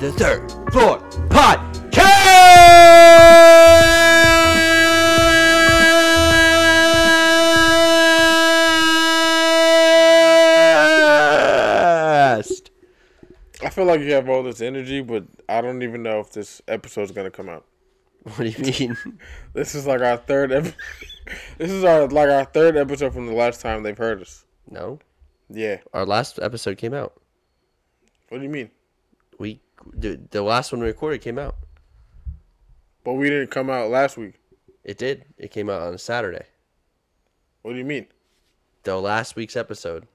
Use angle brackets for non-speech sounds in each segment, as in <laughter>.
the Third Floor Podcast. I feel like you have all this energy, but I don't even know if this episode's gonna come out. What do you mean? This is like our third. Ep- <laughs> this is our like our third episode from the last time they've heard us. No, Yeah. our last episode came out. What do you mean? We the, the last one we recorded came out. But we didn't come out last week. It did. It came out on a Saturday. What do you mean? The last week's episode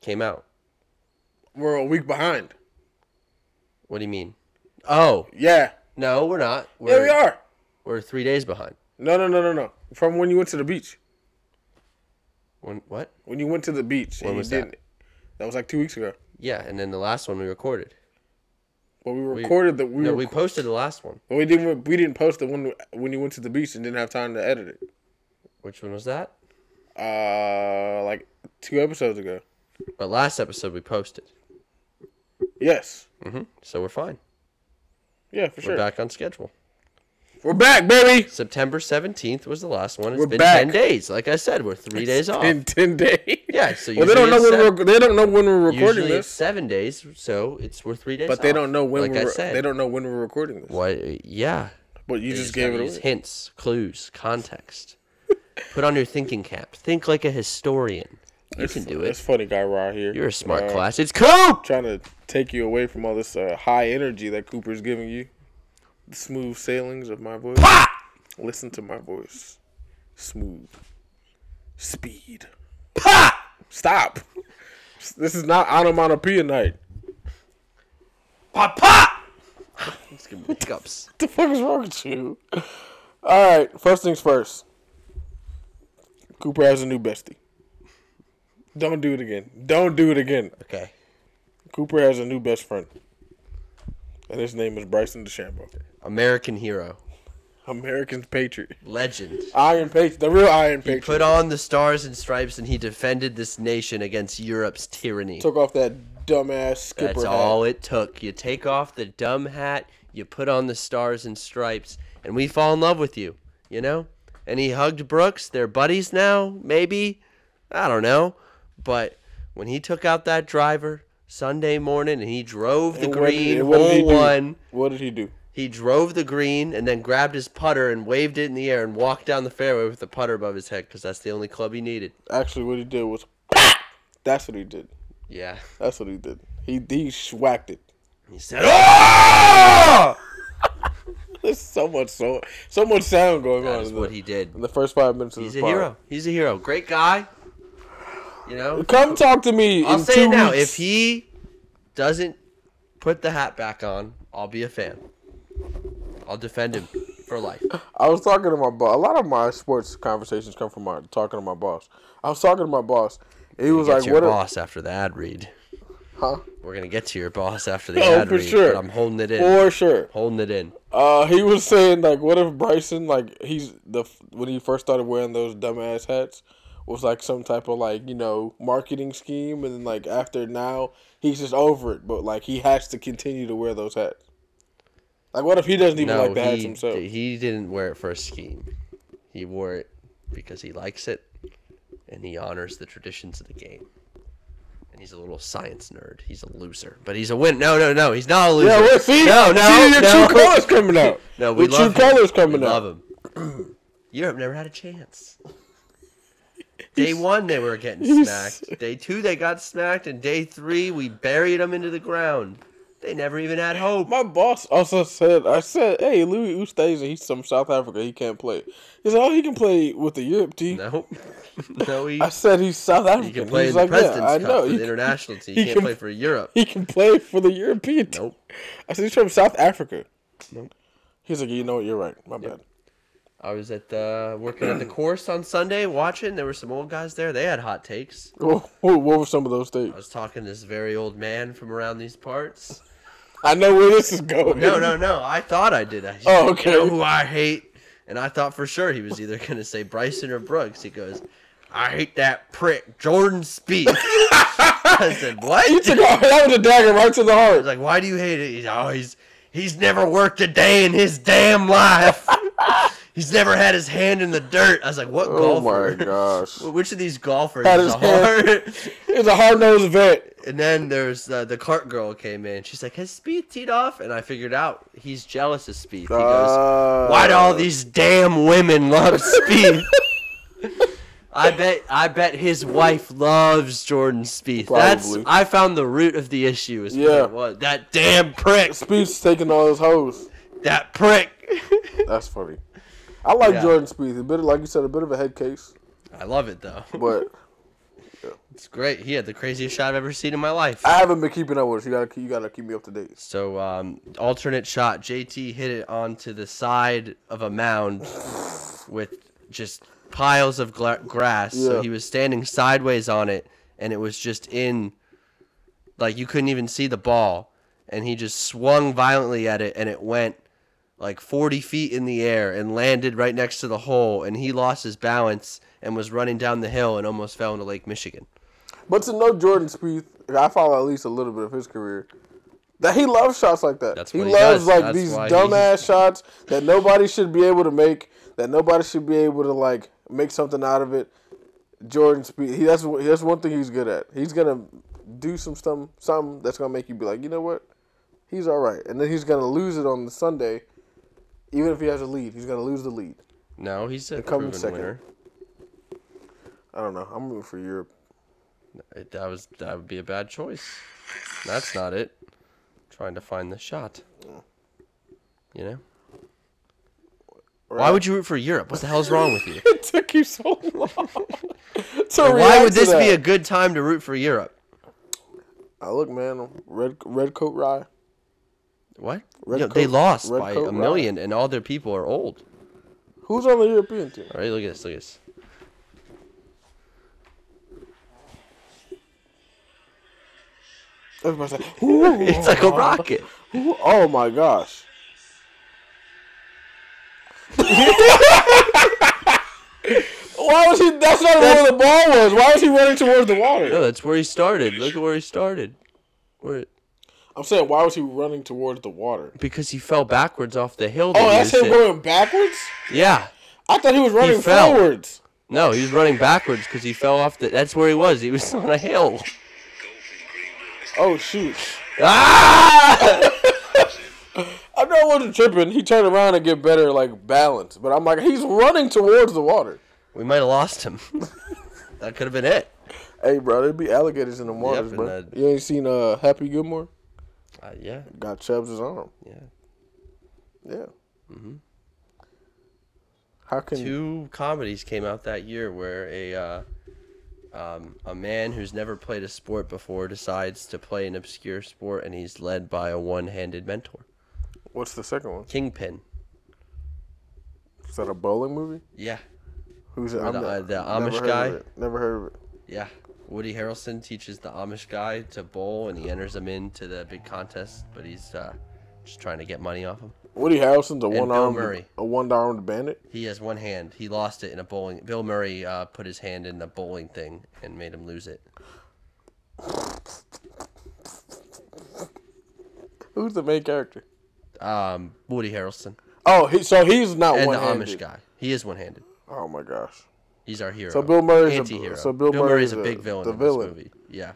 came out. We're a week behind. What do you mean? Oh Yeah. no, we're not. We're, Yeah, we are. We're three days behind. No, no, no, no, no. From when you went to the beach. When, what? When you went to the beach. When and was you that? didn't, that was like two weeks ago. Yeah, and then the last one we recorded. But we recorded the we, no, rec- we posted the last one. we didn't we didn't post the one when you went to the beach and didn't have time to edit it. Which one was that? Uh, like two episodes ago. But last episode we posted. Yes. hmm So we're fine. Yeah, for sure. We're back on schedule. We're back, baby. September 17th was the last one. It's We're been back. 10 days. Like I said, we're three days off. in ten days. Oh. Yeah, so well, they don't know usually when it's we're they don't know when we're recording Usually it's this, seven days, so it's we're three days but they off. don't know when like I we're said. they don't know when we're recording this. Why, yeah. But you They just gotta gave it use away. Hints, clues, context. Put on your thinking cap. Think like a historian. You It's- can do It's it. funny, guy Ra here. You're a smart Uh, class. It's Coop! Trying to take you away from all this uh, high energy that Cooper's giving you. The smooth sailings of my voice. Ah! Listen to my voice. Smooth. Speed. Ah! Stop. This is not onomatopoeia night. Pop pop. <laughs> <laughs> Hiccups. What the fuck is wrong with you? All right, first things first. Cooper has a new bestie. Don't do it again. Don't do it again. Okay. Cooper has a new best friend. And his name is Bryson DeChambeau. American hero, American Patriot. legend. Iron Patriot. The real Iron Patriot. Put on the stars and stripes, and he defended this nation against Europe's tyranny. Took off that dumbass skipper That's hat. all it took. You take off the dumb hat, you put on the stars and stripes, and we fall in love with you, you know? And he hugged Brooks. They're buddies now, maybe. I don't know. But when he took out that driver Sunday morning and he drove the And what did- green, and what did he hole do? one, What did he do? he drove the green and then grabbed his putter and waved it in the air and walked down the fairway with the putter above his head because that's the only club he needed. Actually, what he <laughs> did was. That's what he did. Yeah. That's what he did. He, he schwacked it. He said, "Ah!" "Oh!" There's so much so so much sound going That on is in the, what he did. in the first five minutes of He's a this pod. hero. He's a hero. Great guy. You know, Come talk to me. I'll in say two it now. weeks. If he doesn't put the hat back on, I'll be a fan. I'll defend him for <laughs> life. I was talking to my boss. A lot of my sports conversations come from my talking to my boss. I was talking to my boss. and He was Get like, to your "What? A, boss after the ad read. huh? We're gonna get to your boss after the Oh, ad for read. sure. But I'm holding it in. For sure." holding it in. Uh, he was saying like, "What if Bryson like he's the when he first started wearing those dumbass hats was like some type of like you know marketing scheme, and then like after now he's just over it, but like he has to continue to wear those hats. Like, what if he doesn't even No, like the hats he, himself? he didn't wear it for a scheme. He wore it because he likes it, and he honors the traditions of the game. And he's a little science nerd. He's a loser, but he's a win. No, no, no. He's not a loser. Yeah, well, see, no, no, see, your no. true colors coming out. <laughs> No, we your love true him. colors coming we out. Love him. <clears throat> Europe never had a chance. Day one, they were getting he's- smacked. Day two, they got smacked, and day three, we buried them into the ground. They never even had hope. My boss also said, I said, hey, Louis Oosthuizen, he's from South Africa. He can't play. He said, oh, he can play with the Europe team. No, <laughs> no, he I said, he's South African. He can play he's in like, the President's yeah, I Cup know. for <laughs> He the can, international team. he He can't can- play for <laughs> Europe. he can play for the European team. Nope. I said, he's from South Africa. Nope. He's like, you know what? You're right. My bad. I was at the working at the course on Sunday watching. There were some old guys there. They had hot takes. What, what were some of those I things? was talking to this very old man from around these parts. I know where this is going. No, <laughs> no, no. I thought I did. I Oh, you know okay. who I hate, and I thought for sure he was either going to say Bryson or Brooks. He goes, "I hate that prick Jordan Spieth." <laughs> I said, "What?" You took out, that was a dagger right to the I was heart. like, "Why do you hate it?" He's, oh, he's he's never worked a day in his damn life. <laughs> he's never had his hand in the dirt. I was like, "What Oh golfer? <laughs> my gosh. Which of these golfers Had is a his hand- hard?" It's a hard nosed vet. <laughs> and then there's uh, the cart girl came in. She's like, "Has Speed teed off?" And I figured out he's jealous of Speed. He goes, "Why do all these damn women love <laughs> Speed?" I bet I bet his wife loves Jordan Spieth. That's Probably. I found the root of the issue is what Yeah. it was. That damn prick. Speed's taking all his hoes. That prick. That's funny. I like Yeah. Jordan Speed. A bit of, like you said, a bit of a head case, I love it though. but It's great. He had the craziest shot I've ever seen in my life. I haven't been keeping up with. it. You gotta, keep- you gotta keep me up to date. So um, alternate shot, JT hit it onto the side of a mound with just piles of gla- grass. So Yeah. he was standing sideways on it, and it was just in, like you couldn't even see the ball, and he just swung violently at it, and it went like 40 feet in the air and landed right next to the hole, and he lost his balance and was running down the hill and almost fell into Lake Michigan. But to know Jordan Spieth, I follow at least a little bit of his career. That he loves shots like that. That's he what he loves does. like That's these why dumbass shots that nobody should be able to make. That nobody should be able to like make something out of it. Jordan Spieth, he that's what- that's one thing he's good at. He's gonna do some stuff, something that's gonna make you be like, you know what, he's all right. And then he's gonna lose it on the Sunday, even if he has a lead. He's gonna lose the lead. No, he's a Come proven second. winner. I don't know. I'm rooting for Europe. It, that was that would be a bad choice. That's not it. trying to find the shot. You know. Why would you root for Europe? What the hell's wrong with you? <laughs> <laughs> it took you so <laughs> long? to Why react would to this be that? a good time to root for Europe? Oh, look, man, red red coat rye. What? Red Yo, they coat- lost red by coat a riot. million, and all their people are old. Who's on the European team? All right, look at this. Look at <laughs> this. Everybody's like, "Ooh, It's like a rocket. ooh, oh my gosh. <laughs> Why was he? That's not where the ball was. Why was he running towards the No, water? that's where he started. Look at where he started. Where, I'm saying, why was he running towards the water? because he fell backwards off the hill. that Oh, he that's was him in. going backwards. Yeah. I thought he was running fell. forwards. No, he was running backwards because he fell off the. That's where he was. He was <laughs> on a hill. Oh shoot! Ah! I know I wasn't tripping. He turned around and get better like balance, but I'm like, he's running towards the water. We might have lost him. <laughs> that could have been it. Hey, bro, there'd be alligators in the waters, and bro. that- You ain't seen uh, Happy Gilmore? Uh, yeah, Got Chubbs' arm. yeah. Yeah. Mm-hmm. How can Two comedies came out that year where a uh, um, a man who's never played a sport before decides to play an obscure sport, and he's led by a one-handed mentor, What's the second one? Kingpin. Is that a bowling movie? Yeah, Who's it? the- not- uh, the never Amish heard of guy? it. Never heard of it. yeah. Woody Harrelson teaches the Amish guy to bowl, and he enters him into the big contest, but he's uh, just trying to get money off him. Woody Harrelson's a Bill one armed Murray. a one armed bandit. He has one hand. He lost it in a bowling. Bill Murray uh, put his hand in the bowling thing and made him lose it. Who's the main character? Um, Woody Harrelson Oh, he, so he's not and one the Amish handed. guy. He is one-handed. Oh my gosh. He's our hero. So Bill Murray's a- anti-hero. so Bill Murray's Murray's a big a- villain the in villain. this movie. Yeah.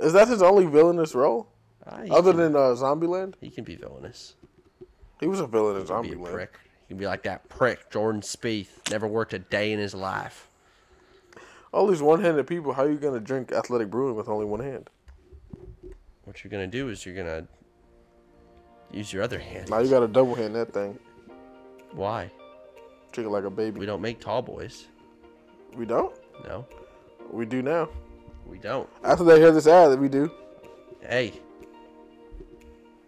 Is that his only villainous role? Ah, he, Other can, than uh, Zombieland? he can be villainous. He was a villain in Be a Zombieland. prick. He can be like that prick Jordan Spieth. Never worked a day in his life. All these one handed people, how you gonna drink athletic brewing with only one hand? What you're gonna do is you're gonna use your other hand. Now you gotta double hand that thing. Why? Drink it like a baby. We don't make tall boys. We don't? No, We do now. we don't. After they hear this ad that we do, Hey.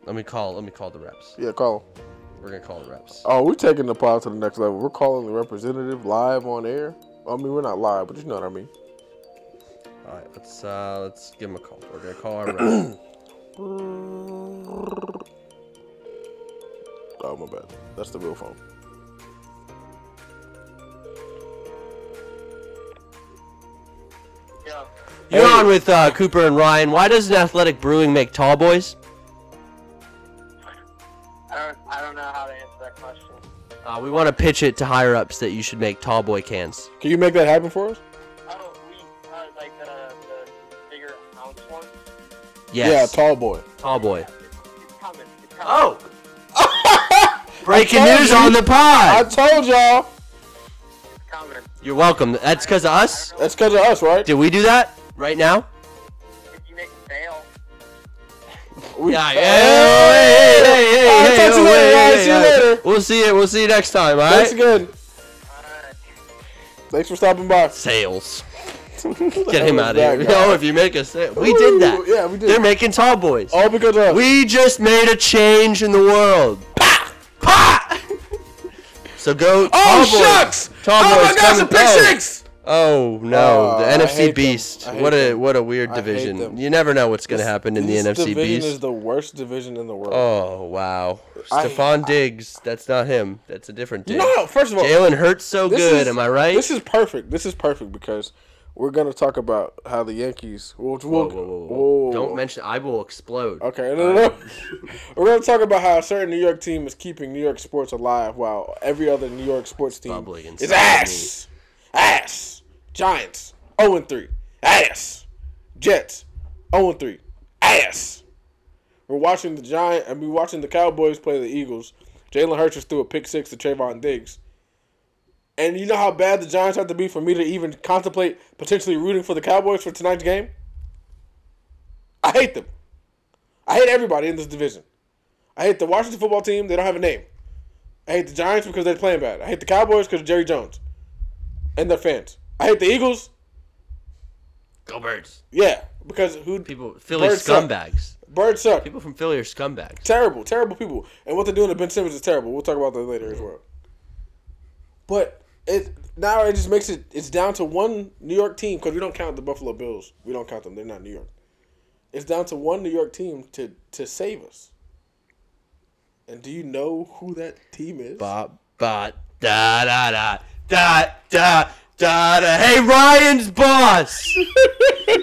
Let me call. Let me call the reps. yeah, call 'em. We're gonna call the reps. Oh, we're taking the pod to the next level. We're calling the representative live on air. I mean, we're not live, but you know what I mean. All right, let's uh, let's give them a call. We're gonna call our rep. Oh, my bad. That's the real phone. Yeah. <clears throat> You're on on with uh, Cooper and Ryan? Why doesn't Athletic Brewing make tall boys? I don't, I don't know how to answer that question. Uh, we want to pitch it to higher ups that you should make tall boy cans. Can you make that happen for us? Oh, we uh, like the, the bigger ounce one. Yes. Yeah, tall boy. tall boy. It's coming. It's coming. Oh. <laughs> Breaking I told news you. on the I pod. told y'all. It's coming. You're welcome. That's because of us. That's because of us, right? Did we do that right now? If you make it fail, We- <laughs> Yeah. Oh, Hey, hey, hey, hey, I'll hey, talk to you oh, later, hey, guys. hey, See you hey. later. We'll see you. We'll see you next time. All Thanks right. again. uh, Thanks for stopping by. Sales. Get Get <laughs> him out of here. <laughs> No, if you make a sale, we Ooh, did Oh. that. yeah, we did. They're making tall boys. All because of us. We just made a change in the world. Pa! Pa! <laughs> So go. oh, tall boys. shucks! Tall oh, boys my gosh, coming- a pick oh. six! Oh no, Uh, the I hate NFC them. Beast. I hate What a them. what a weird I hate division. them. You never know what's gonna happen in the This NFC division Beast. is the worst division in the world. oh wow, I- Stephon Diggs. That's not him. That's a different you Diggs. know, how- first of all, Jalen hurts so this good. is- am I right? This is perfect. This is perfect because we're gonna talk about how the Yankees. We'll, whoa, we'll, whoa, whoa, whoa. whoa. Don't mention. I will explode. Okay, no, no, <laughs> no. we're gonna talk about how a certain New York team is keeping New York sports alive, while every other New York sports team Bubbling is inside ass, ass. Giants zero and three, ass. Jets zero and three, ass. We're watching the Giant and we're watching the Cowboys play the Eagles. Jalen Hurts just threw a pick six to Trayvon Diggs. And you know how bad the Giants have to be for me to even contemplate potentially rooting for the Cowboys for tonight's game? I hate them. I hate everybody in this division. I hate the Washington football team. They don't have a name. I hate the Giants because they're playing bad. I hate the Cowboys because of Jerry Jones and their fans. I hate the Eagles. Go birds. Yeah, because who People, Philly Birds suck. scumbags. birds suck. People from Philly are scumbags. Terrible, terrible people. And what they're doing to Ben Simmons is terrible. We'll talk about that later as well. But it now it just makes it it's down to one New York team because we don't count the Buffalo Bills. We don't count them. They're not New York. It's down to one New York team to to save us. And do you know who that team is? Ba ba da da da da da da da. Hey, Ryan's <laughs> boss,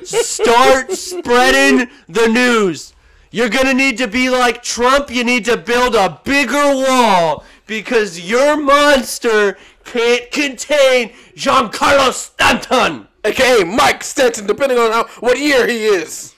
start spreading the news. You're gonna need to be like Trump. You need to build a bigger wall because your monster can't contain Giancarlo Stanton. aka Mike Stetson, depending on how, what year he is.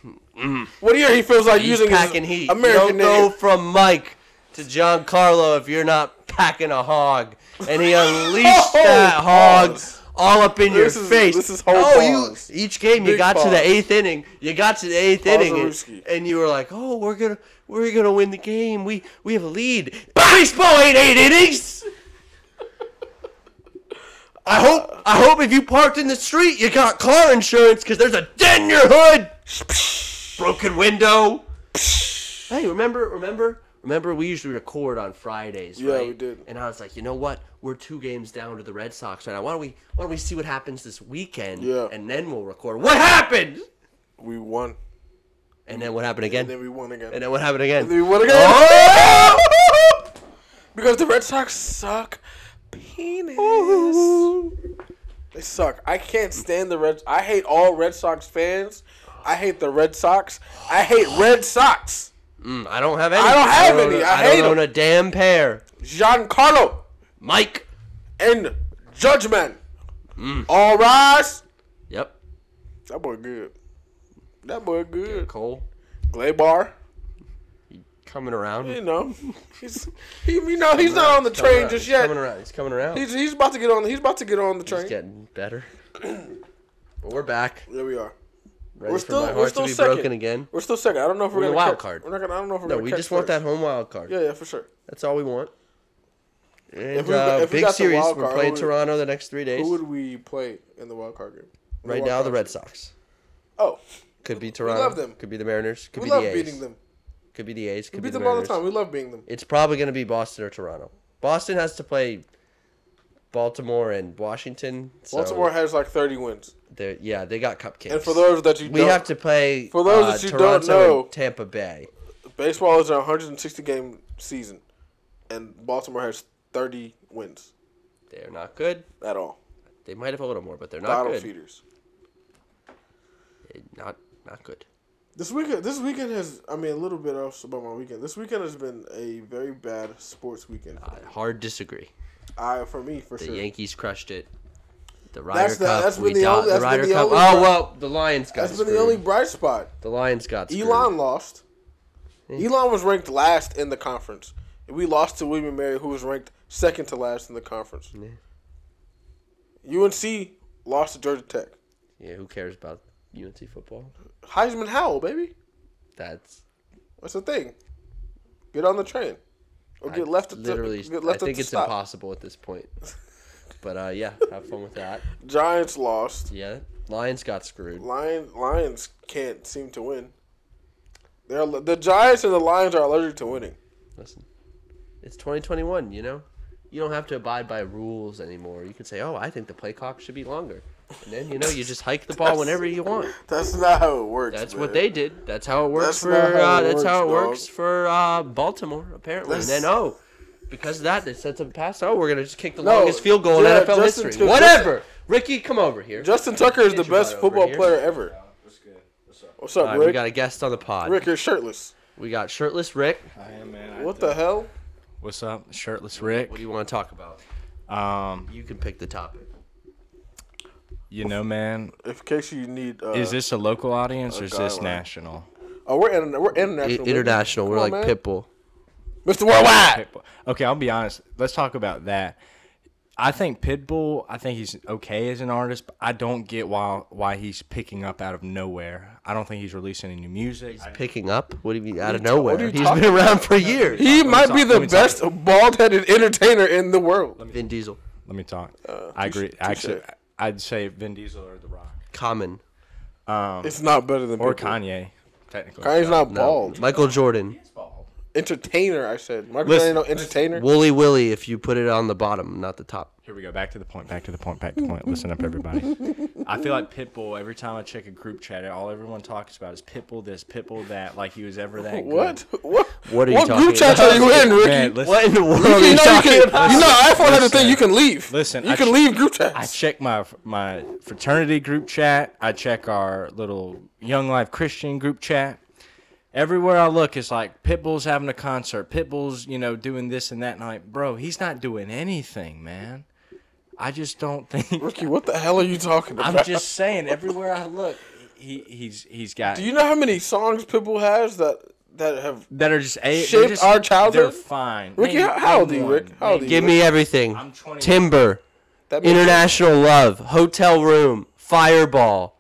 What year he feels like Mm-hmm. He's using packing his heat. American you don't go name. from Mike to Giancarlo if you're not packing a hog. And he unleashed that <laughs> Oh, hog pause. all up in This your is- face. this is whole oh, pause. you each game you Big got to pause. the eighth inning. You got to the eighth inning, and, Pazarewski. and you were like, "Oh, we're gonna we're gonna win the game. We we have a lead." Baseball ain't eight innings. I hope I hope if you parked in the street, you got car insurance because there's a dent in your hood. Broken window. Hey, remember, remember, remember? We usually record on Fridays, Yeah, right? we did. And I was like, you know what? We're two games down to the Red Sox right now. Why don't we? Why don't we see what happens this weekend? Yeah. And then we'll record. What happened? We won. And then what happened And again? then we won again. And then what happened again? And then we won again. Oh! <laughs> Because the Red Sox suck penis. They suck. I can't stand the Red I hate all Red Sox fans. I hate the Red Sox. I hate Red Sox. Mm, I don't have any. I don't have own- any. I don't hate 'em. own a damn pair. Giancarlo Mike. and Judgment. Mm. All rise. Yep. That boy good. That boy good. Cole Glaybar. coming around. <laughs> You know, he's he, you know he's not on the train just He's coming yet. around. He's coming around. He's, he's about to get on. He's about to get on the He's train. getting better. but we're back. There we are. Ready for my We're still heart we're still to be second. broken again. We're still second. I don't know if we're, We're the gonna wild catch- card. We're not gonna. I don't know if we're No, gonna. we catch just want first. that home wild card. Yeah, yeah, for sure. That's all we want. And If we- uh, if we big got the series. wild We're card, playing who would- Toronto the next three days. Who would we play in the wild card game? In right wild now, the card? Red Sox. Oh, Could be Toronto. love them. Could be the Mariners. Could we be the love A's. beating them. Could be the A's. Could We be beat the them all the Mariners. time. We love beating them. It's probably going to be Boston or Toronto. Boston has to play Baltimore and Washington. So Baltimore has like 30 wins. they're- Yeah, they got cupcakes. And for those that you we don't, have to play For those uh, that you don't Toronto know- and Tampa Bay. baseball is a 160 game season, and Baltimore has 30 wins They're not good. at all. They might have a little more, but they're not Bottle good. feeders. not not good. This weekend, this weekend has. I mean, a little bit else about my weekend. This weekend has been a very bad sports weekend. I hard disagree. I for me for Ah, The sure. Yankees crushed it. The Ryder That's the- Cup. that's we been the dot- only- that's the been Ryder the Cup. only- oh well, the Lions got That's been screwed. the only bright spot. The Lions got screwed. Elon lost. Elon was ranked last in the conference. We lost to William and Mary, who was ranked second to last in the conference. UNC lost to Georgia Tech. Yeah, who cares about UNC football? Heisman Howell, baby. That's That's the thing. Get on the train, or get I left. At literally. the, get left I think at the it's stop. impossible at this <laughs> point. But uh, yeah, have fun with that. Giants lost. Yeah, Lions got screwed. Lion Lions can't seem to win. They're the Giants and the Lions are allergic to winning. Listen, it's 2021. You know, you don't have to abide by rules anymore. You can say, "Oh, I think the play clock should be longer," and then you know you just hike the ball whenever you want. That's not how it works. That's man. what they did. That's how it works That's for. not how uh, it that's how it works, works dog. for uh, Baltimore, apparently. That's- And then oh, because of that, they sent some pass. Oh, we're gonna just kick the No, longest field goal yeah, in NFL Justin history. Fields- Whatever. Ricky, come over here. Justin Tucker is the Get your best butt over football here. player ever. What's good? What's up? What's up, All right, we Rick? got a guest on the pod. Rick, you're shirtless. We got shirtless Rick. I am man. I What the hell? What's up? Shirtless Rick. What do you want to talk about? Um, You can pick the topic. you know, man. If in case you need, uh, Is this a local audience or is this guideline. national? Oh, we're in, we're international. baby. international. We're Come like on, man. Pitbull. Mr. Worldwide. Pitbull. Okay, I'll be honest. Let's talk about that. I think Pitbull. I think he's okay as an artist, but I don't get why why he's picking up out of nowhere. I don't think he's releasing any music. Picking up? What do you mean? Out of ta- what nowhere. are you He's talking been around for years. He might talk, be the let me talk. best bald-headed entertainer in the world. Vin Diesel. Let me talk. I agree. Actually, I'd say Vin Diesel or The Rock Common. It's not better than Um, or Pitbull. Kanye. Technically, Kanye's not No. bald. Michael Jordan. Entertainer, I said. Michael Listen, Jordan, no entertainer. Wooly Willy if you put it on the bottom, not the top. Here we go. Back to the point. Back to the point. Back to the point. Listen up, everybody. I feel like Pitbull. Every time I check a group chat, all everyone talks about is Pitbull this, Pitbull that. Like he was <laughs> ever that. good. What? What? What are you what talking group chats about? are you in, Ricky? Man, listen. What in the world are you you know you talking can. about? You know, iPhone has a thing Listen. you can leave. Listen, you I can ch- leave group I chats. check my my fraternity group chat. I check our little Young Life Christian group chat. Everywhere I look, it's like Pitbull's having a concert. Pitbull's, you know, doing this and that. And I'm like, bro, he's not doing anything, man. I just don't <laughs> think. Ricky, what the hell are you talking about? I'm just saying. Everywhere I look, he he's he's got. Do you know how many songs Pitbull has that that have? that are just a, Shaped they're just, our childhood? They're fine. Ricky, Maybe- how- how old are you, maybe Rick? one, How old are maybe- you? Give me everything. I'm 21. Timber. That makes- International Love. Hotel Room. Fireball.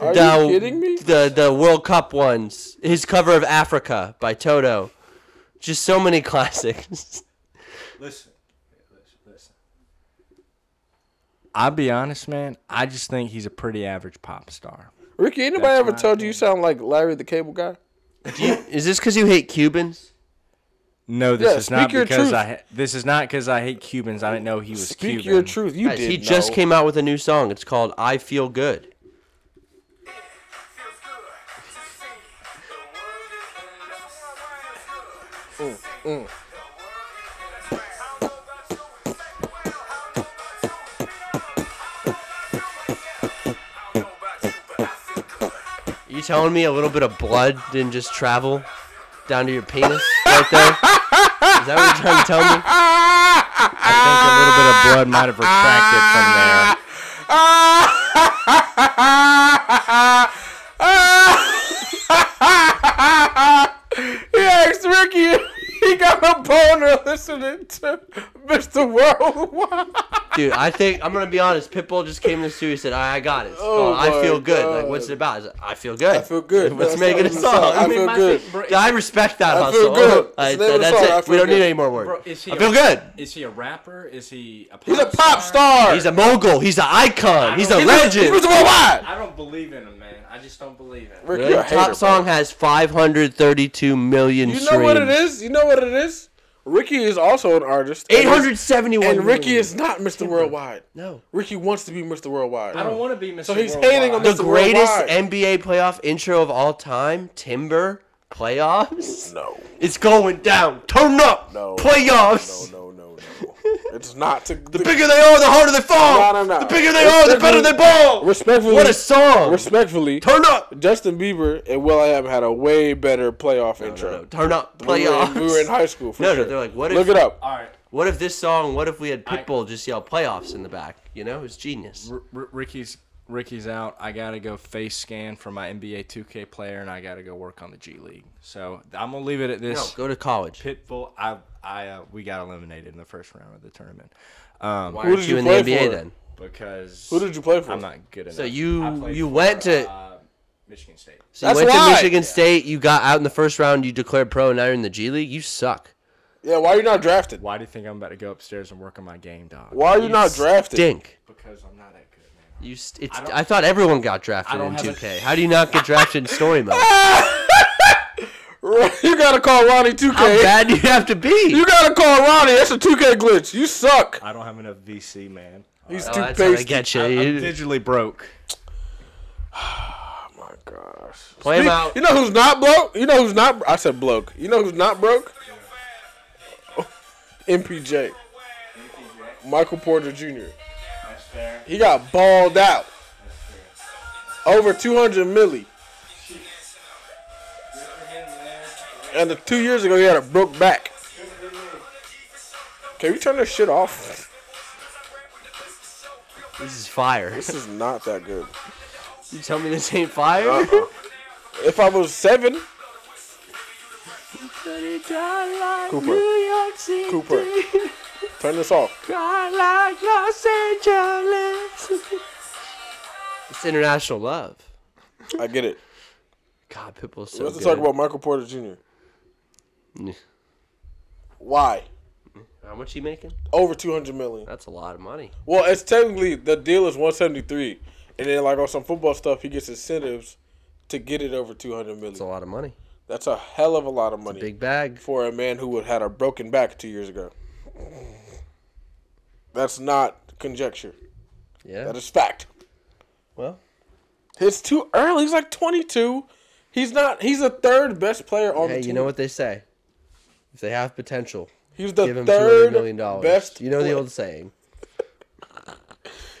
Are the, you kidding me? The the World Cup ones. His cover of Africa by Toto. Just so many <laughs> classics. Listen, listen. I'll be honest, man. I just think he's a pretty average pop star. Ricky, anybody That's ever my told you you sound like Larry the Cable Guy? Do you, is this because you hate Cubans? No, this Yeah, is not speak your because truth. I. ha- This is not because I hate Cubans. I didn't know he was Speak Cuban. your truth. You Guys, did. he just know. came out with a new song. It's called I Feel Good. Are you telling me a little bit of blood didn't just travel down to your penis right there? Is that what you're trying to tell <laughs> me? I think a little bit of blood might have retracted from there. he asked Ricky. He got a boner listening to Mr. Worldwide. Dude, I think I'm gonna be honest. Pitbull just came in the studio. and said, "I, I got it. It's Oh called I my feel good. Like, God. what's it about? I, said, I feel good. I feel good. Let's That's make not it a even song. a song. I I, mean, feel my good. fa- Dude, I respect that I hustle. feel good. I- It's the name of the that's song. it. I we feel don't need good. any more words. Bro, is he I feel a- good. Is he a rapper? Is he a pop He's a pop star. He's a mogul. He's an icon. He's a don't- legend. He's Mr. Worldwide. I don't believe in him, man. I just don't believe it. Ricky, The you're a top hater, song bro. has 532 million You know streams. what it is? You know what it is? Ricky is also an artist. And he's- 871. And Ricky million. is not Mr. Worldwide. No. Ricky wants to be Mr. Worldwide. I don't want to be Mr. So he's hating on Worldwide. the Mr. greatest Worldwide. NBA playoff intro of all time. Timber playoffs. No. It's going down. Turn up. No. Playoffs. No, no, no, It's not to The bigger they are, the harder they fall. No, no, no. The bigger they are, the better they ball. Respectfully, What a song. Respectfully, Turn up. Justin Bieber and Will I Am had a way better playoff No, intro. no, no. Turn up. We were in- Playoffs. We were in high school. For No, no, sure. they're like, what Look if- it up. All right. What if this song? What if we had Pitbull just yell playoffs in the back? You know, it's genius. R- R- Ricky's Ricky's out. I gotta go face scan for my NBA 2K player, and I gotta go work on the G League. So I'm gonna leave it at No, this. go to college. Pitbull, I, I, uh, we got eliminated in the first round of the tournament. Um, Why Who aren't did you you in the play NBA for? then? because Who did you play for? I'm not good enough. So you- I played you went to- uh, Michigan State. So That's you went why. to Michigan State. You got out in the first round. You declared pro. and Now you're in the G League. You suck. Yeah, why are you not drafted? Why do you think I'm about to go upstairs and work on my game, dog? Why are you not drafted? <laughs> Dink. Because I'm not that good, man. You. St- it's, I, thought everyone got I drafted don't in have a- 2K. How do you not get drafted in story <laughs> mode? you gotta call Ronnie 2K. How bad do you have to be? You gotta call Ronnie. That's a 2K glitch. You suck. I don't have enough VC, man. He's Oh, too that's how I pasty. get I- you. I'm you digitally broke. Oh my gosh. play him You- out. You know who's not broke? You know who's not? I said bloke. You know who's not broke? MPJ. Michael Porter Jr. That's fair. He got balled out. Over 200 milli. And the two years ago, he had a broke back. Can we turn this shit off? This is fire. This is not that good. <laughs> You tell me this ain't fire? Oh. <laughs> If I was seven, Cooper. New Cooper. turn this off. <laughs> It's international love. I get it. God, Pitbull's so Let's good. talk about Michael Porter Jr. Yeah. Why? How much he making? Over 200 million. That's a lot of money. Well, it's technically the deal is 173, and then like on some football stuff, he gets incentives to get it over 200 That's a million. lot of money. That's a hell of a lot of money Big bag. for a man who had had a broken back two years ago. That's not conjecture. Yeah. That is fact. Well, It's too early. He's like 22. He's not. He's the third best player on hey, the team. you know what they say? If they have potential, He's the give them two third hundred million dollars. best. you know the pla- old saying.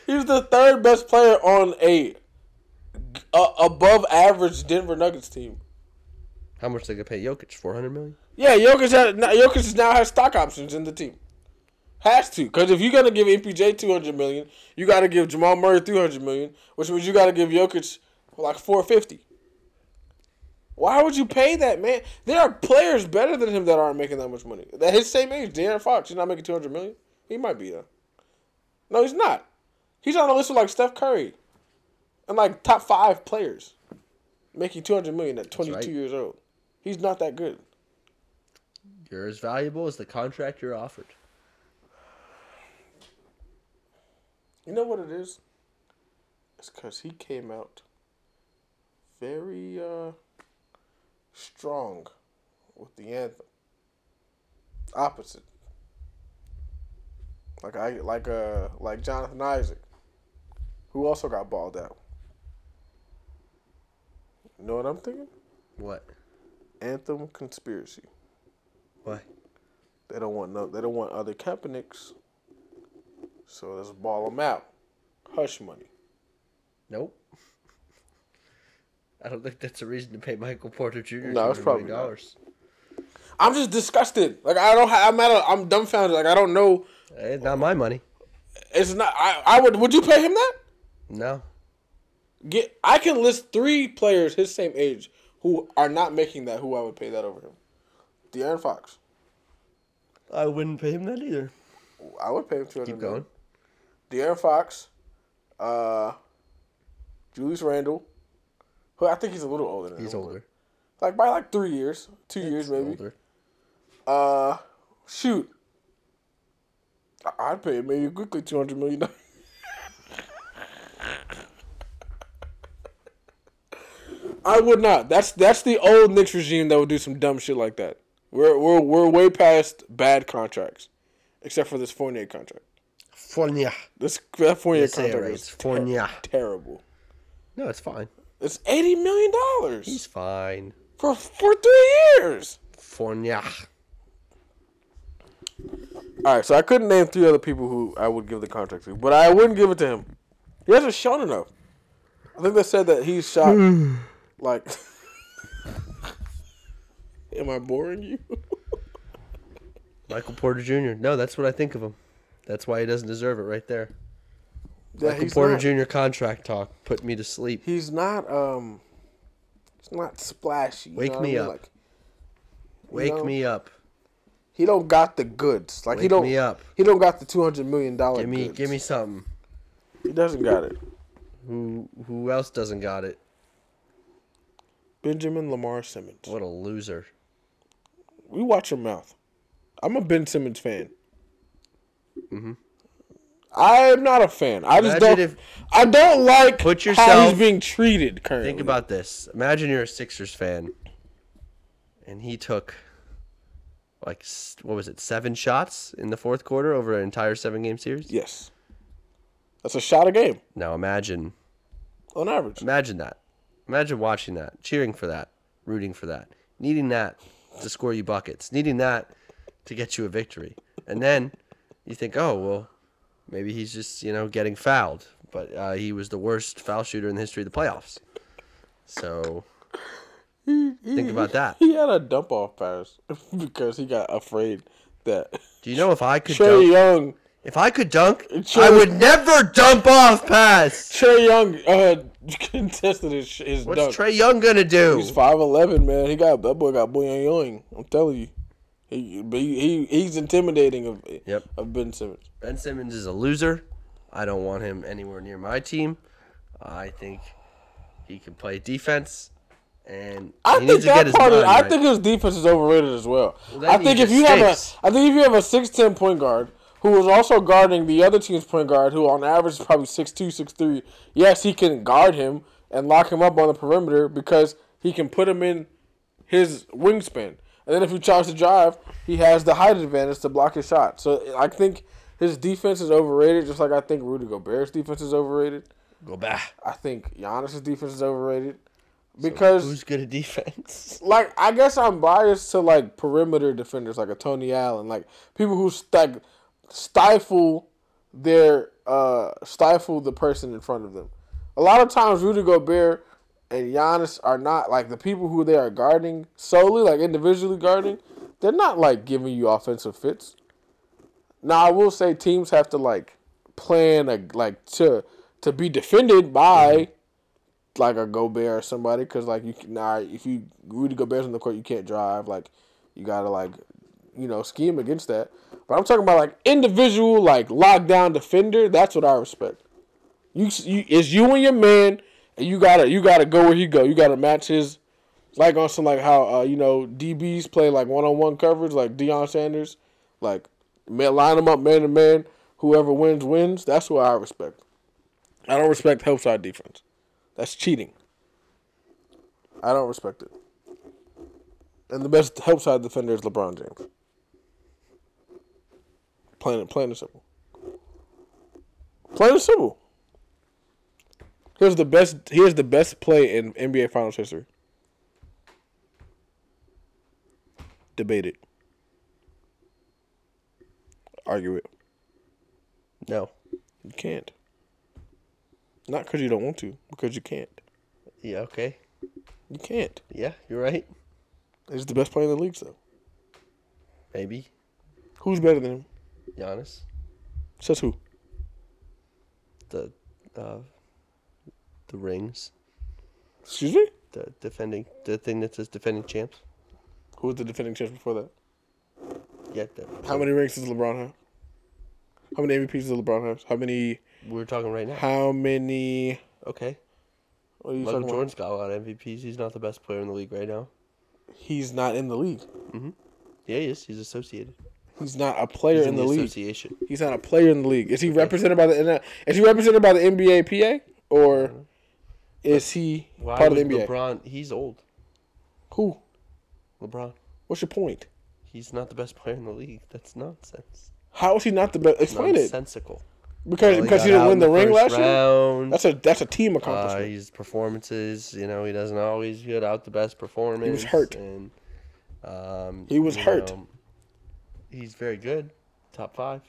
He's the third best player on a, a above average Denver Nuggets team. How much they could pay Jokic? Four hundred million. Yeah, Jokic had, now- Jokic now has stock options in the team. Has to, because if you're gonna give MPJ two hundred million, you got to give Jamal Murray three hundred million, which means you got to give Jokic like four fifty. Why would you pay that man? There are players better than him that aren't making that much money. That his same age, De'Aaron Fox, he's not making two hundred million. He might be though. No, he's not. He's on the list with like Steph Curry, and like top five players, making two hundred million at twenty two right. years old. He's not that good. You're as valuable as the contract you're offered. You know what it is? It's because he came out very uh, strong with the anthem. Opposite. Like I like uh like Jonathan Isaac, who also got balled out. You know what I'm thinking? What? Anthem conspiracy. Why? They don't want no. They don't want other Kaepernicks. So let's ball them out. Hush money. Nope. <laughs> I don't think that's a reason to pay Michael Porter Jr. No, it's $200 million probably not. dollars. I'm just disgusted. Like I don't. Ha- I'm at. A, I'm dumbfounded. Like I don't know. Eh, not my money. It's not. I. I would. Would you pay him that? No. Get. I can list three players his same age who are not making that. Who I would pay that over him. De'Aaron Fox. I wouldn't pay him that either. I would pay him two hundred. Keep going. De'Aaron Fox. Uh. Julius Randle. Who I think he's a little older. Than He's him. older. Like by like three years, two years maybe. Older. Uh, shoot. I- I'd pay maybe quickly two hundred million dollars. <laughs> I would not. That's that's the old Knicks regime that would do some dumb shit like that. We're we're we're way past bad contracts, except for this Fournier contract. Fournier. This that Fournier Say it contract right. is It's Fournier. terrible. No, it's fine. It's eighty million He's dollars fine. for for three years. Fournier. All right, so I couldn't name three other people who I would give the contract to, but I wouldn't give it to him. He hasn't shown enough. I think they said that he's <sighs> shot. like, <laughs> am I boring you? Michael Porter Jr. No, that's what I think of him. That's why he doesn't deserve it right there. Yeah, Michael he's Porter not, Jr. contract talk put me to sleep. He's not. Um, he's not splashy. you Wake know what I me mean? up. Like, Wake know, me up. he don't got the goods. Like he Wake don't. me up. He don't got the two hundred million dollar. Give me goods. give me something. He doesn't got it. Who who else doesn't got it? Benjamin Lamar Simmons. What a loser. We watch your mouth. I'm a Ben Simmons fan. I am not a fan. I Mm-hmm. just Imagine don't. if- I don't like Put how he's yourself- being treated currently. Think about this. Imagine you're a Sixers fan and he took like s- what was it? 7 shots in the fourth quarter over an entire 7 game series? yes, that's a shot a game Now imagine on average. <laughs> Imagine that. Imagine watching that, cheering for that, rooting for that, needing that to score you buckets, needing that to get you a victory. And then you think, oh, well, maybe he's just, you know, getting fouled. But uh, he was the worst foul shooter in the history of the playoffs. So think about that. He had a dump off pass <laughs> because he got afraid <laughs> that Do you know if I could Trey dunk? Young. If I could dunk, Trey- I would never dump off pass. Trey Young uh, <laughs> contested his his dunk. What's Trey Young gonna do? He's five eleven, man. He got that boy got boing yoing. I'm telling you, he but he, he he's intimidating of Yep. of Ben Simmons. Ben Simmons is a loser. I don't want him anywhere near my team. I think he can play defense, and I he think needs to get that his part. Of, mind I right. think his defense is overrated as well. that I think means if it you have a, stinks. I think if you have a six ten point guard who is also guarding the other team's point guard, who on average is probably six two, six three. Yes, he can guard him and lock him up on the perimeter because he can put him in his wingspan. And then if he tries to drive, he has the height advantage to block his shot. So I think his defense is overrated, just like I think Rudy Gobert's defense is overrated. go back. I think Giannis's defense is overrated because Who's good at defense? <laughs> like I guess I'm biased to like perimeter defenders, like a Tony Allen, like people who st- stifle their uh stifle the person in front of them. A lot of times, Rudy Gobert and Giannis are not like the people who they are guarding solely, like individually guarding. They're not like giving you offensive fits. Now I will say teams have to like plan a like to to be defended by like a Gobert or somebody because like you can nah, if you Rudy Gobert's on the court you can't drive like you gotta like you know scheme against that. But I'm talking about like individual like lockdown defender. That's what I respect. You, you it's you and your man, and you gotta you gotta go where he go. You gotta match his like on some like how uh, you know DBs play like one on one coverage like Deion Sanders, like man, line them up man to man. Whoever wins wins. That's what I respect. I don't respect help side defense. That's cheating. I don't respect it. And the best help side defender is LeBron James. Plain, plain and simple. Plain and simple. Here's the best. Here's the best play in NBA Finals history. Debate it. Argue it. No. You can't. Not because you don't want to, because you can't. Yeah. Okay. You can't. Yeah. You're right. He's the best player in the league, though. Maybe Who's better than him? Giannis. Says who? The uh, the rings. Excuse me? The defending. The thing that says defending champs. Who was the defending champ before that? Yeah. The, How many rings does LeBron have? How many MVPs does LeBron have? How many? we're talking right now. How many? Okay. What are you Michael talking Jordan's got a lot of MVPs. He's not the best player in the league right now. about? He's not in the league. Yeah, he is. He's associated. He's not a player He's in, the, league. association. He's not a player in the league. Is he represented by the NL Is he represented by the NBA PA or is he Mm-hmm. Why part of the would NBA? LeBron? He's old. Who? LeBron. What's your point? He's not the best player in the league. That's nonsense. How is he not the best? Explain it. Nonsensical. Because Well, because got he didn't out win in the, ring last first year. round. That's a that's a team uh, accomplishment. his performances, you know, he doesn't always get out the best performance. hurt. And, um, He was you hurt. know, he's very good. Top five?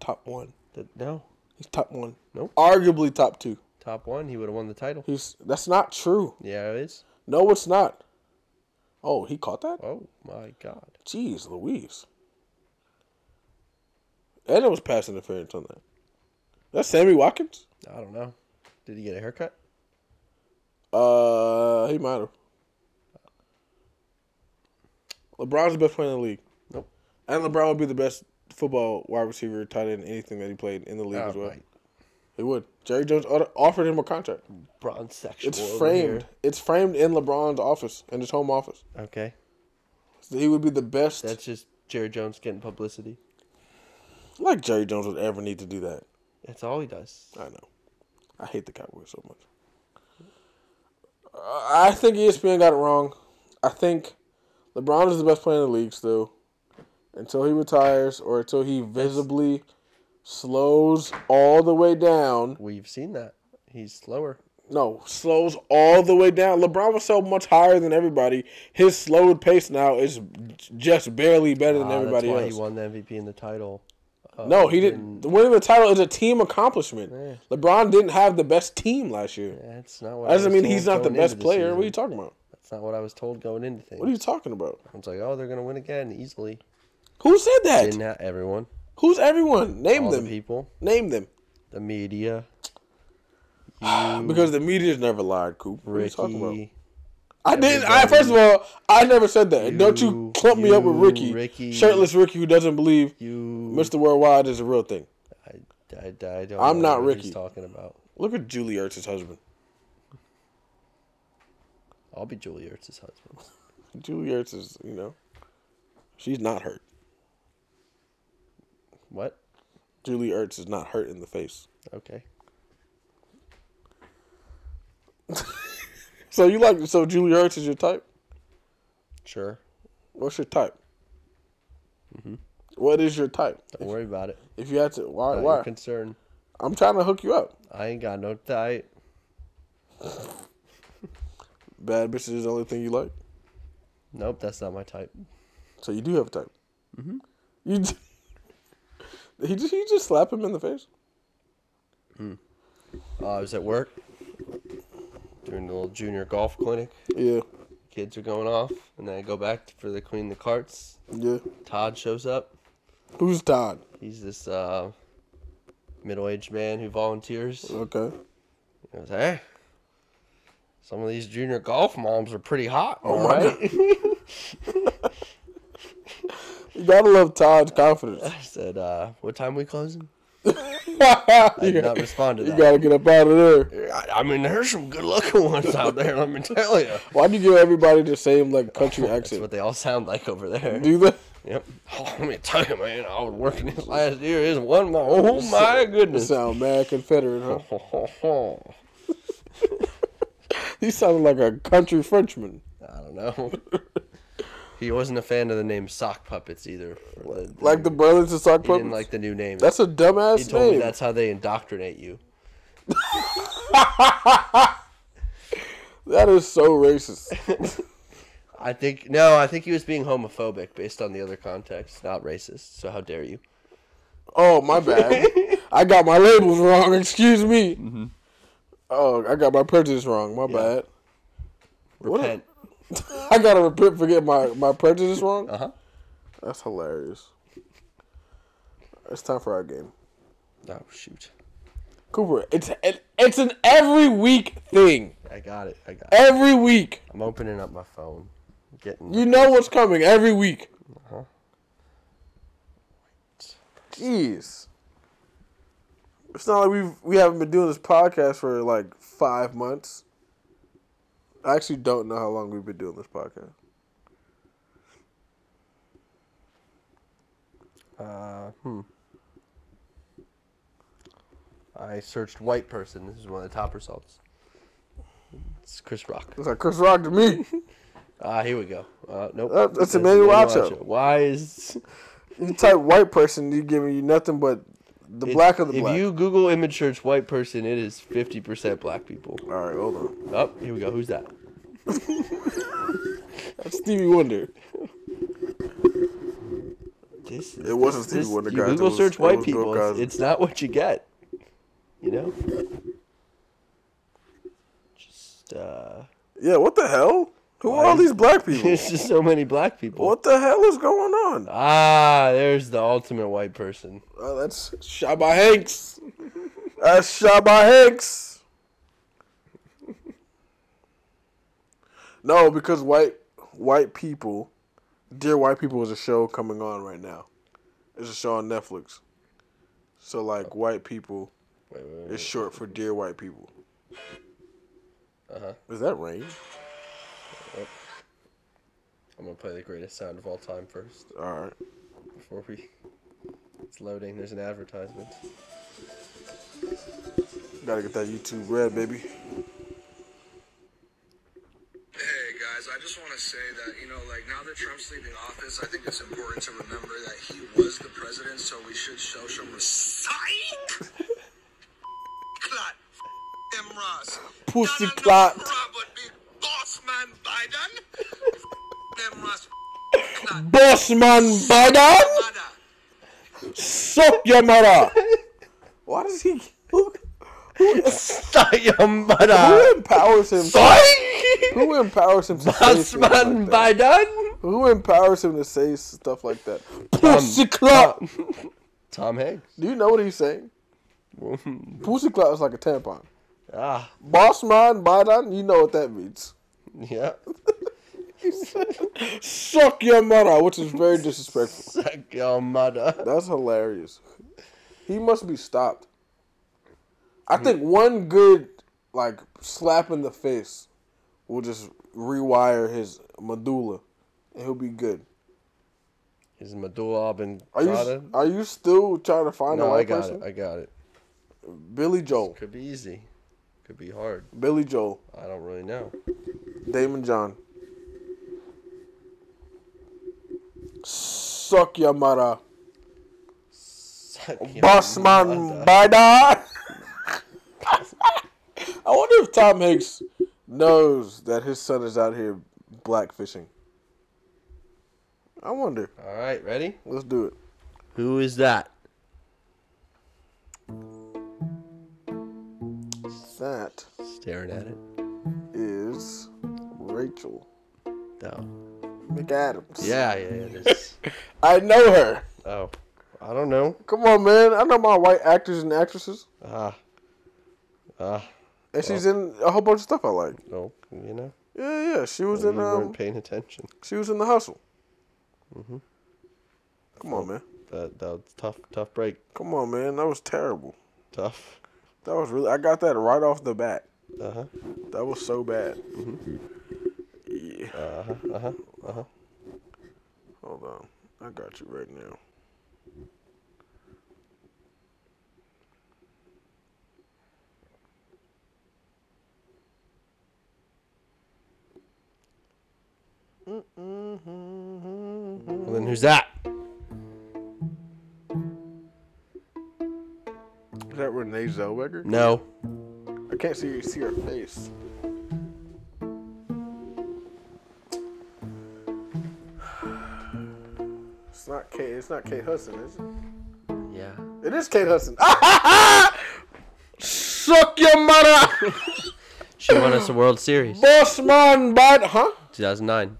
Top one. Th- no. He's top one. Nope. Arguably top two. Top one, he would have won the title. He's that's not true. Yeah, it is. No, it's not. Oh, he caught that? Oh my God. Jeez Louise. And it was pass interference on that. That's Sammy Watkins? I don't know. Did he get a haircut? Uh he might have. LeBron's the best player in the league. Nope. And LeBron would be the best football wide receiver, tight end, anything that he played in the league as Oh, well. my He would. Jerry Jones o- offered him a contract. Bronze sexual. It's over here. framed. It's framed in LeBron's office, in his home office. Okay, He would be the best. that's just Jerry Jones getting publicity. like Jerry Jones would ever need to do that. That's all he does. I know. I hate the Cowboys so much. Uh, I think ESPN got it wrong. I think LeBron is the best player in the league still. Until he retires or until he visibly slows all the way down. We've seen that. He's slower. No, slows all the way down. LeBron was so much higher than everybody. His slowed pace now is j- just barely better than Ah, everybody that's why else. he won the MVP and the title. Uh, No, he didn't. Winning the title is a team accomplishment. Yeah. LeBron didn't have the best team last year. That's not what. That doesn't was mean he's told not the going best into player. What are you season. talking about? That's not what I was told going into things. What are you talking about? I was like, oh, they're gonna win again easily. Who said that? Didn't ha- everyone? Who's everyone? Name All them. the people, Name them. the media, Because the media's never lied, Coop. What are you talking about? Ricky. I didn't. I first of all, I never said that. And Don't you You- clump me up with you, Ricky, Ricky. shirtless Ricky, who doesn't believe You. Mr. Worldwide is a real thing. I, I, I don't. I'm know not what Ricky. He's talking about. Look at Julie Ertz's husband. I'll be Julie Ertz's husband. <laughs> Julie Ertz is, you know, she's not hurt. What? Julie Ertz is not hurt in the face. Okay. So you like so Julie Ertz is your type? Sure. What's your type? Mm-hmm. What is your type? Don't worry about it. If Uh, you had to, why? Not why? your concern. I'm trying to hook you up. I ain't got no diet. Bad bitches is the only thing you like. Nope, that's not my type. So you do have a type. Mm-hmm. You. d- <laughs> He just he just slap him in the face. Uh, I was at work doing a little junior golf clinic. Yeah, Kids are going off, and then I go back for the clean the carts. yeah. Todd shows up. Who's Todd? He's this uh, middle-aged man who volunteers. Okay. I was hey, some of these junior golf moms are pretty hot. Oh my <laughs> my You gotta love Todd's <laughs> confidence. <laughs> I said, uh, what time we closing? I did not respond to You that. gotta get up out of there. I, I mean, there's some good-looking ones out there. Let me tell you. Why do you give everybody the same like country That's accent? what they all sound like over there. <laughs> Do that. Yep. Oh, let me tell you, man, I was working this last year. It's one more. <laughs> Oh my <laughs> goodness. Sound mad Confederate, huh? <laughs> I He sounded like a country Frenchman. don't know. <laughs> He wasn't a fan of the name sock puppets either. Like the brothers in sock he didn't puppets. like the new name. That's a dumbass he told me name. that's how they indoctrinate you. That is so racist. <laughs> I think no, I think he was being homophobic based on the other context, not racist. So how dare you? Oh my bad. <laughs> I got my labels wrong. Excuse me. Mm-hmm. Oh, I got my prejudice wrong. My bad. What a- Repent. I gotta repent. Forget my my prejudice wrong. Uh huh. That's hilarious. It's time for our game, Oh shoot. Cooper. It's it, it's an every week thing. I got it. I got it. Every week, I'm opening up my phone. Getting you know what's coming. Every week. Jeez. It's not like we've we haven't been doing this podcast for like five months. I actually don't know how long we've been doing this podcast. Uh, hmm. I searched white person. This is one of the top results. It's Chris Rock. It's like Chris Rock to me. Ah, here we go. Uh, nope. Uh, that's It says Emmanuel Acho. Why is you type white person, you giving you nothing but the it's- black of the If black. you Google image search white person, it is fifty percent black people. All right, hold on. Oh, here we go. Who's that? That's Stevie Wonder. This It wasn't Stevie this- Wonder, you guys. It Google was- search it white was Bill people. It's, Cosby. it's not what you get. You know. Just uh, <laughs> Yeah, what the hell? Who are all Why- these black people? there's just so many black people. what the hell is going on? Ah, there's the ultimate white person. Uh, that's Shaba Hanks. That's Shaba Hanks. No, because white white people, dear white people is a show coming on right now. It's a show on Netflix. So like white people Wait, wait, wait. is short for dear white people. Uh-huh. Is that rain? I'm gonna play the greatest sound of all time first All right. before we. It's loading. There's an advertisement. Gotta get that YouTube red, baby. Hey guys, I just want to say that you know, like now that Trump's leaving office, I think it's important to remember that he was the president, so we should show some respect. Clot, M. Ross, Pussy Donald clot. Trump would be boss man Biden. M. Ross, Boss man Biden, mother. suck your mother. <laughs> Why does he? Who, who empowers him? Who empowers him to say things like that? Who empowers him to say stuff like that? Pussy clot. Tom Hanks. Do you know what he's saying? Pussy clot is like a tampon. Ah, Boss man, Biden, you know what that means. yeah. Suck your mother, which is very disrespectful. Suck your mother. That's hilarious. He must be stopped. I think one good like slap in the face will just rewire his medulla, and he'll be good. Is Medulla Abin Are you are you still trying to find a No, white I got person? it. I got it. Billy Joel, Could be easy. Could be hard. Billy Joel, I don't really know. Damon John. Suck your mother, Suck your boss man, mother. bada. I wonder if Tom Hanks knows that his son is out here blackfishing. I wonder. All right, ready? Let's do it. Who is that? That Staring at it. is Rachel No. McAdams. Oh. Yeah, yeah, yeah, it <laughs> is. I know her. oh, I don't know. Come on, man. I know my white actors and actresses. Ah, ah, And she's in a whole bunch of stuff I like. no, you know, Yeah, yeah. She was you in um, weren't Mm-hmm. paying attention. she was in the hustle. Come on, man. That that was tough, tough break, Come on, man. That was terrible. tough. That was really. I got that right off the bat. Uh huh. That was so bad. Mm-hmm. Uh huh. Uh huh. Uh huh. Hold on. I got you right now. Well, then who's that? Is that Renee Zellweger? No. I can't see see her face. It's not Kate. It's not Kate Hudson, is it? Yeah. It is Kate Hudson. Ah! Suck your mother, She won us a World Series. boss man, bud. Huh? 2009.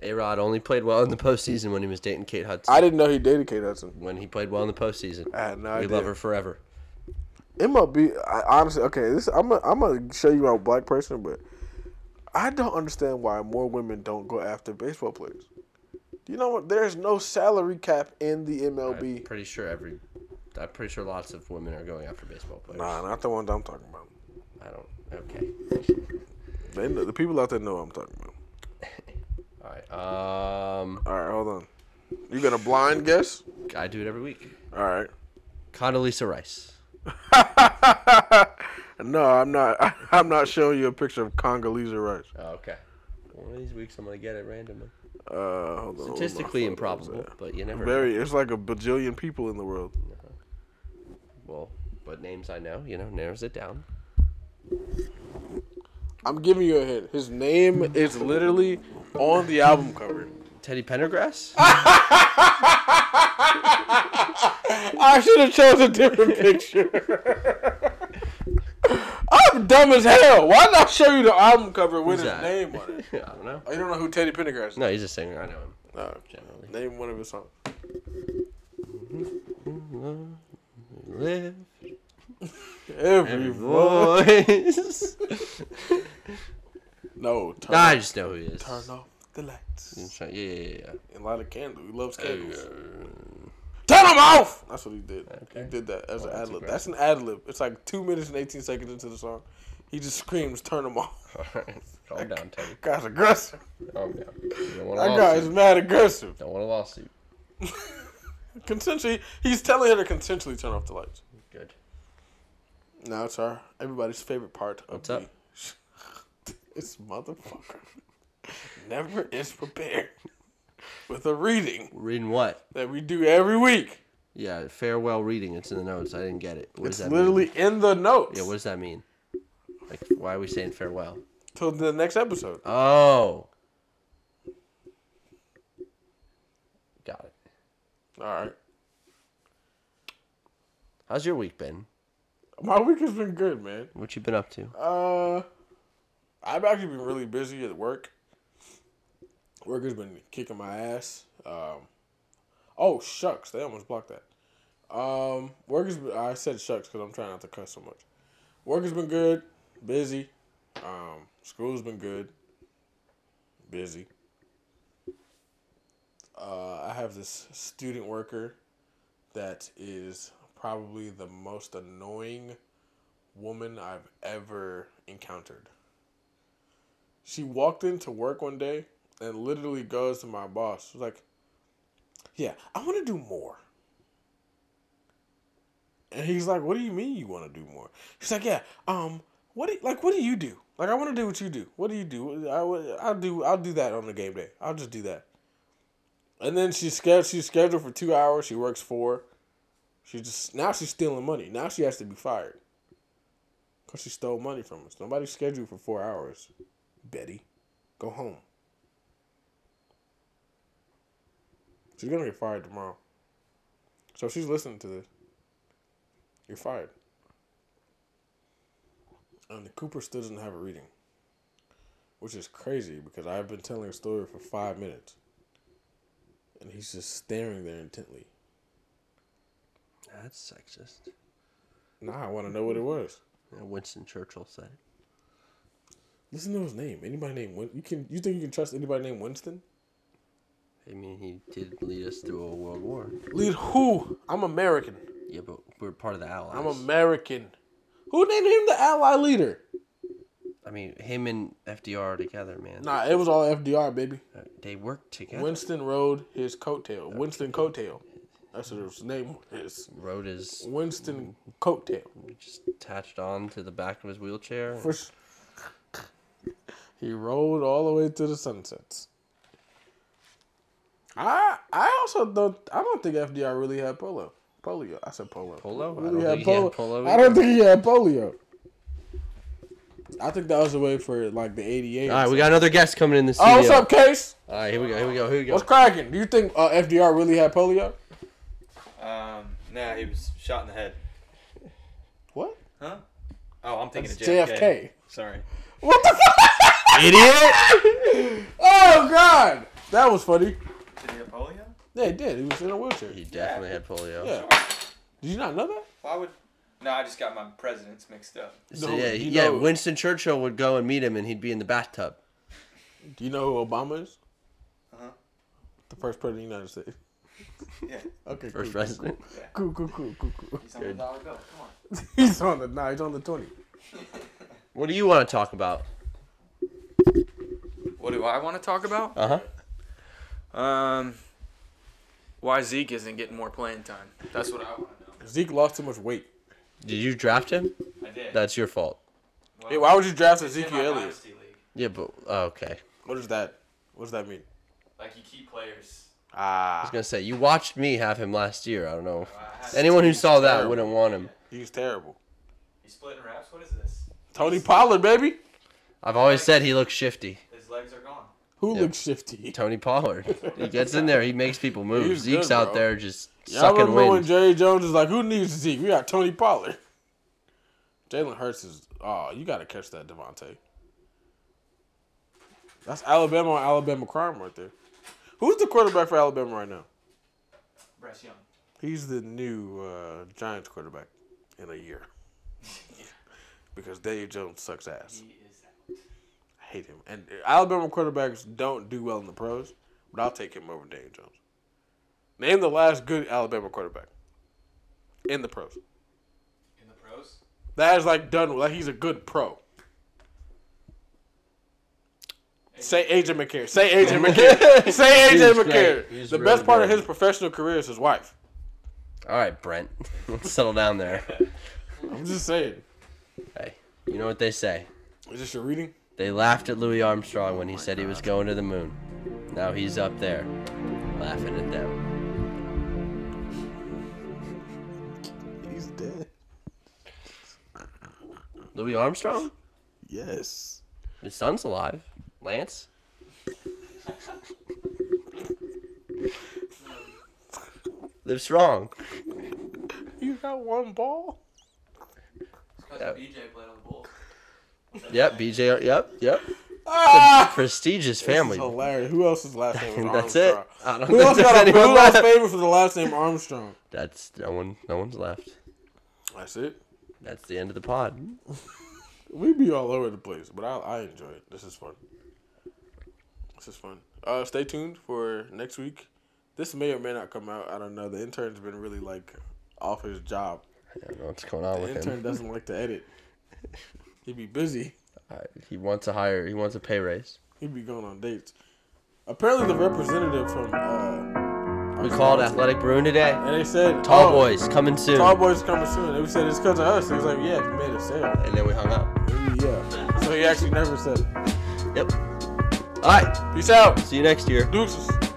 A Rod only played well in the postseason when he was dating Kate Hudson. I didn't know he dated Kate Hudson. When he played well in the postseason, I had no we idea. love her forever. It might be. I, honestly, okay. This I'm. i I'm gonna show you a black person, but I don't understand why more women don't go after baseball players. You know what? There's no salary cap in the I'm MLB. pretty sure every, I'm pretty sure lots of women are going after baseball players. Nah, not the ones I'm talking about. I don't. Okay. They know, the people out there know what I'm talking about. All right. Um, All right, hold on. You gonna blind guess? I do it every week. All right. Condoleezza Rice. No, I'm not. <laughs> I, am not showing you a picture of Congolese rice. Oh, okay. One of these weeks, I'm gonna get it randomly. Uh, hold on. where my Statistically phone is improbable, at. but you never. know. Very. It's like a bajillion people in the world. Well, but names I know, you know, narrows it down. I'm giving you a hint. His name is literally on the album cover. Teddy <laughs> Pendergrass? I should have chose a different picture. <laughs> I'm dumb as hell. Why did I show you the album cover with Who's his that? <laughs> name on it? I don't know. Oh, you don't know who Teddy Pendergrass is? No, he's a singer. I know him. No. Generally. Name one of his songs. <laughs> Live Every voice. voice. No. Turn, Nah, I just know who he is. turn off the lights. Yeah, yeah, yeah. And Mm. light a candle. He loves yeah. candles. Turn them off. That's what he did. Okay. He did that as Well, an that's ad lib. aggressive. That's an ad lib. It's like two minutes and eighteen seconds into the song. He just screams, "Turn them off." <laughs> All right. <laughs> Calm down, Teddy. Guy's aggressive. Calm down. You don't want a That guy is lawsuit. mad aggressive. Don't want a lawsuit. Consensually, he's telling her to consensually turn off the lights. Good. Now it's our everybody's favorite part of What's the up? this motherfucker <laughs> never is prepared <laughs> with a reading Reading what? that we do every week. Yeah, farewell reading. It's in the notes. I didn't get it. What It's does that literally mean? in the notes. Yeah, what does that mean? Like, why are we saying farewell? Till the next episode. Oh. Got it. All right. How's your week been? My week has been good, man. What you been up to? Uh, I've actually been really busy at work. Work has been kicking my ass. Um, oh shucks, they almost blocked that. Um, work has been, I said shucks because I'm trying not to cuss so much. Work has been good, busy. Um, school's been good, busy. Uh, I have this student worker that is probably the most annoying woman I've ever encountered. She walked into work one day and literally goes to my boss. She's like, Yeah, I want to do more. And he's like, What do you mean you want to do more? She's like, Yeah, um, what do you, like what do you do? Like I want to do what you do. What do you do? I would- I'll do I'll do that on the game day. I'll just do that. And then she's scheduled she's scheduled for 2 hours. She works 4. She just now she's stealing money. Now she has to be fired. Because she stole money from us. Nobody scheduled for four hours. Betty, go home. She's going to get fired tomorrow. So if she's listening to this, you're fired. And the Cooper still doesn't have a reading, which is crazy because I've been telling a story for five minutes. And he's just staring there intently. That's sexist. Now I want to know what it was. Yeah, Winston Churchill said it. Listen to his name. Anybody named Win- you can you think you can trust anybody named Winston? I mean, he did lead us through a world war. Lead who? I'm American. Yeah, but we're part of the Allies. I'm American. Who named him the ally leader? I mean, him and FDR together, man. Nah, it was all FDR, baby. Uh, They worked together. Winston rode his coattail. Winston Coattail. That's what his name is. Rode his Winston Coattail. just attached on to the back of his wheelchair. For s- he rode all the way to the sunsets. I I also don't I don't think FDR really had polo. Polio. I said polo. Polo? I Really don't had think he had polo. polo I don't think he had polio. I think that was the way for like the eighty eight. All right, we got another guest coming in this Oh, studio. what's up, Case? All right, here we go. Here we go. Here we go. What's cracking? Do you think uh, FDR really had polio? Um, nah, he was shot in the head. What? Huh? Oh, I'm thinking That's of JFK. JFK. Sorry. What the fuck? <laughs> Idiot! oh god, that was funny. Did he have polio? Yeah, he did. He was in a wheelchair. He definitely had polio. Yeah. Did you not know that? Why would? No, I just got my presidents mixed up. So No, yeah, you yeah. know- Winston Churchill would go and meet him, and he'd be in the bathtub. Do you know who Obama is? Uh-huh. The first president of the United States. <laughs> Yeah, Okay. First cool, president. cool, cool, cool, cool, cool. he's on the dollar bill. Come on. <laughs> He's on the nah, he's on the twenty. What do you want to talk about? What do I want to talk about? Uh Uh-huh. huh. Um, why Zeke isn't getting more playing time? That's what I want to know. Zeke lost too much weight. Did you draft him? I did. That's your fault. Well, Hey, why would you draft it's in Ezekiel my Elliott? dynasty league. Yeah, but oh, okay. I What is that? What does that mean? Like you keep players. Ah, was gonna say you watched me have him last year. I don't know. I had- Anyone who saw that terrible. wouldn't want him. he's terrible. He's splitting wraps. What is this? Tony Pollard, baby. I've always said he looks shifty. His legs are gone. Who looks shifty? Tony Pollard. He gets in there. He makes people move. He's good, Zeke's out bro. there just Yeah, I sucking remember when wind. Jerry Jones is like, "Who needs Zeke? We got Tony Pollard." Jalen Hurts is. Oh, you got to catch that, Devontae. That's Alabama on Alabama crime right there. Who's the quarterback for Alabama right now? Bryce Young. He's the new uh, Giants quarterback in a year. because Dave Jones sucks ass. He is out. I hate him. And Alabama quarterbacks don't do well in the pros, but I'll take him over Dave Jones. Name the last good Alabama quarterback in the pros. In the pros? That is like done. Like he's a good pro. Say AJ McCarron. Say AJ <laughs> McCarron. Say He AJ was great. He McCarron. was The really best part of good. his professional career is his wife. All right, Brent. <laughs> Let's settle down <laughs> there. I'm just saying. Hey, you know what they say. Is this your reading? They laughed at Louis Armstrong when he said he was going to the moon. Now he's up there, laughing at them. He's dead. Louis Armstrong? Yes. His son's alive. Lance? Live strong. You got one ball. Yeah. BJ played on the Bulls. Yep, BJ. Yep, yep. Ah! Prestigious This family. is hilarious. Who else's last name <laughs> was That's it. Armstrong? I don't Who think <laughs> else there's got a, anyone who else left. famous for the last name Armstrong? That's no one. No one's left. That's it. That's the end of the pod. We be all over the place, but I, I enjoy it. This is fun. This is fun. Uh, stay tuned for next week. This may or may not come out. I don't know. The intern's been really like off his job. I don't know what's going on The with intern him. <laughs> doesn't like to edit. He be busy. Uh, He wants a higher. He wants a pay raise. He be going on dates. Apparently, the representative from uh, We called Athletic Bruin today. and they said Tall oh, boys coming soon. Tall boys coming soon. And we said it's because of us. He was like, yeah, if you made a sale. and then we hung up. And we, yeah. So he actually never said. it. Yep. All right. Peace out. See you next year. Deuces.